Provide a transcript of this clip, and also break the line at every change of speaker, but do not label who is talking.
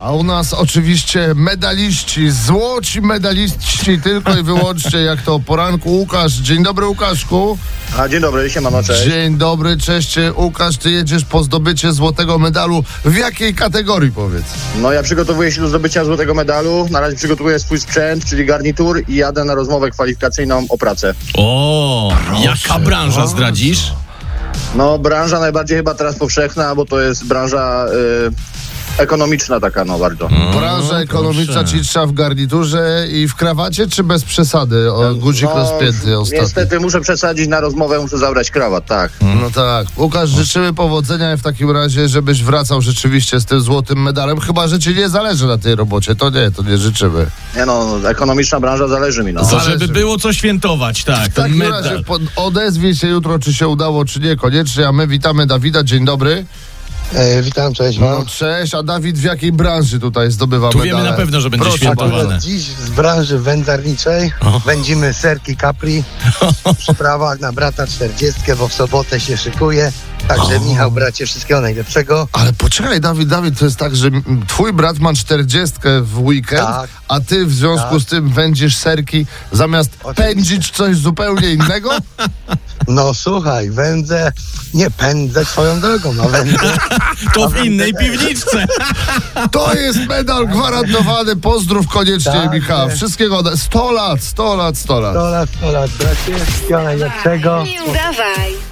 A u nas oczywiście medaliści, złoci medaliści tylko i wyłącznie, jak to o poranku. Łukasz, dzień dobry Łukaszku.
A, dzień dobry, siemano, cześć.
Dzień dobry, cześć Łukasz, ty jedziesz po zdobycie złotego medalu. W jakiej kategorii powiedz?
No ja przygotowuję się do zdobycia złotego medalu. Na razie przygotowuję swój sprzęt, czyli garnitur i jadę na rozmowę kwalifikacyjną o pracę.
O, jaka branża zdradzisz?
No branża najbardziej chyba teraz powszechna, bo to jest branża y, ekonomiczna taka, no bardzo.
Mm. Branża ekonomiczna
proszę.
ćwicza w garniturze i w krawacie, czy bez przesady? O, guzik
no,
rozpięty ostatnio.
Niestety muszę przesadzić na rozmowę, muszę zabrać krawat, tak.
No tak. Łukasz, życzymy powodzenia i w takim razie, żebyś wracał rzeczywiście z tym złotym medalem, chyba że ci nie zależy na tej robocie. To nie, to nie życzymy.
Nie no, ekonomiczna branża zależy mi, no.
To
Zależy.
żeby było co świętować, tak,
W takim
ten
razie
medal.
pod- odezwij się jutro, czy się udało, czy nie, koniecznie. A my witamy Dawida, dzień dobry.
E, witam, cześć.
No
No.
cześć, a Dawid w jakiej branży tutaj zdobywa
Tu
medale?
wiemy na pewno, że będzie
Proszę
świętował.
bardzo.
Ładne.
Akurat dziś z branży wędzarniczej wędzimy serki Capri w przyprawach na brata 40, bo w sobotę się szykuje. Także Michał, bracie, wszystkiego najlepszego.
Ale poczekaj, Dawid, Dawid, to jest tak, że mm, twój brat ma 40 w weekend,
Tak.
a ty w związku
Tak.
z tym wędzisz serki zamiast
Oczywiście.
pędzić coś zupełnie innego?
No słuchaj, wędzę, nie pędzę swoją drogą, no wędzę.
To w innej piwniczce.
To jest medal gwarantowany. Pozdrów koniecznie,
Tak,
Michał.
tak.
Wszystkiego. na- 100 lat, 100 lat, 100 lat.
100 lat, 100 lat, bracie, wszystkiego najlepszego.
Dawaj.